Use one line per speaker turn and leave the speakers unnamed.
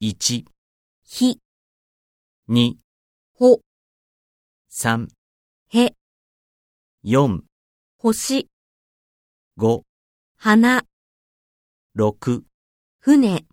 1、
ひ、
2、
ほ、
3、
へ、
4、
星、
5、
花、
6、
船。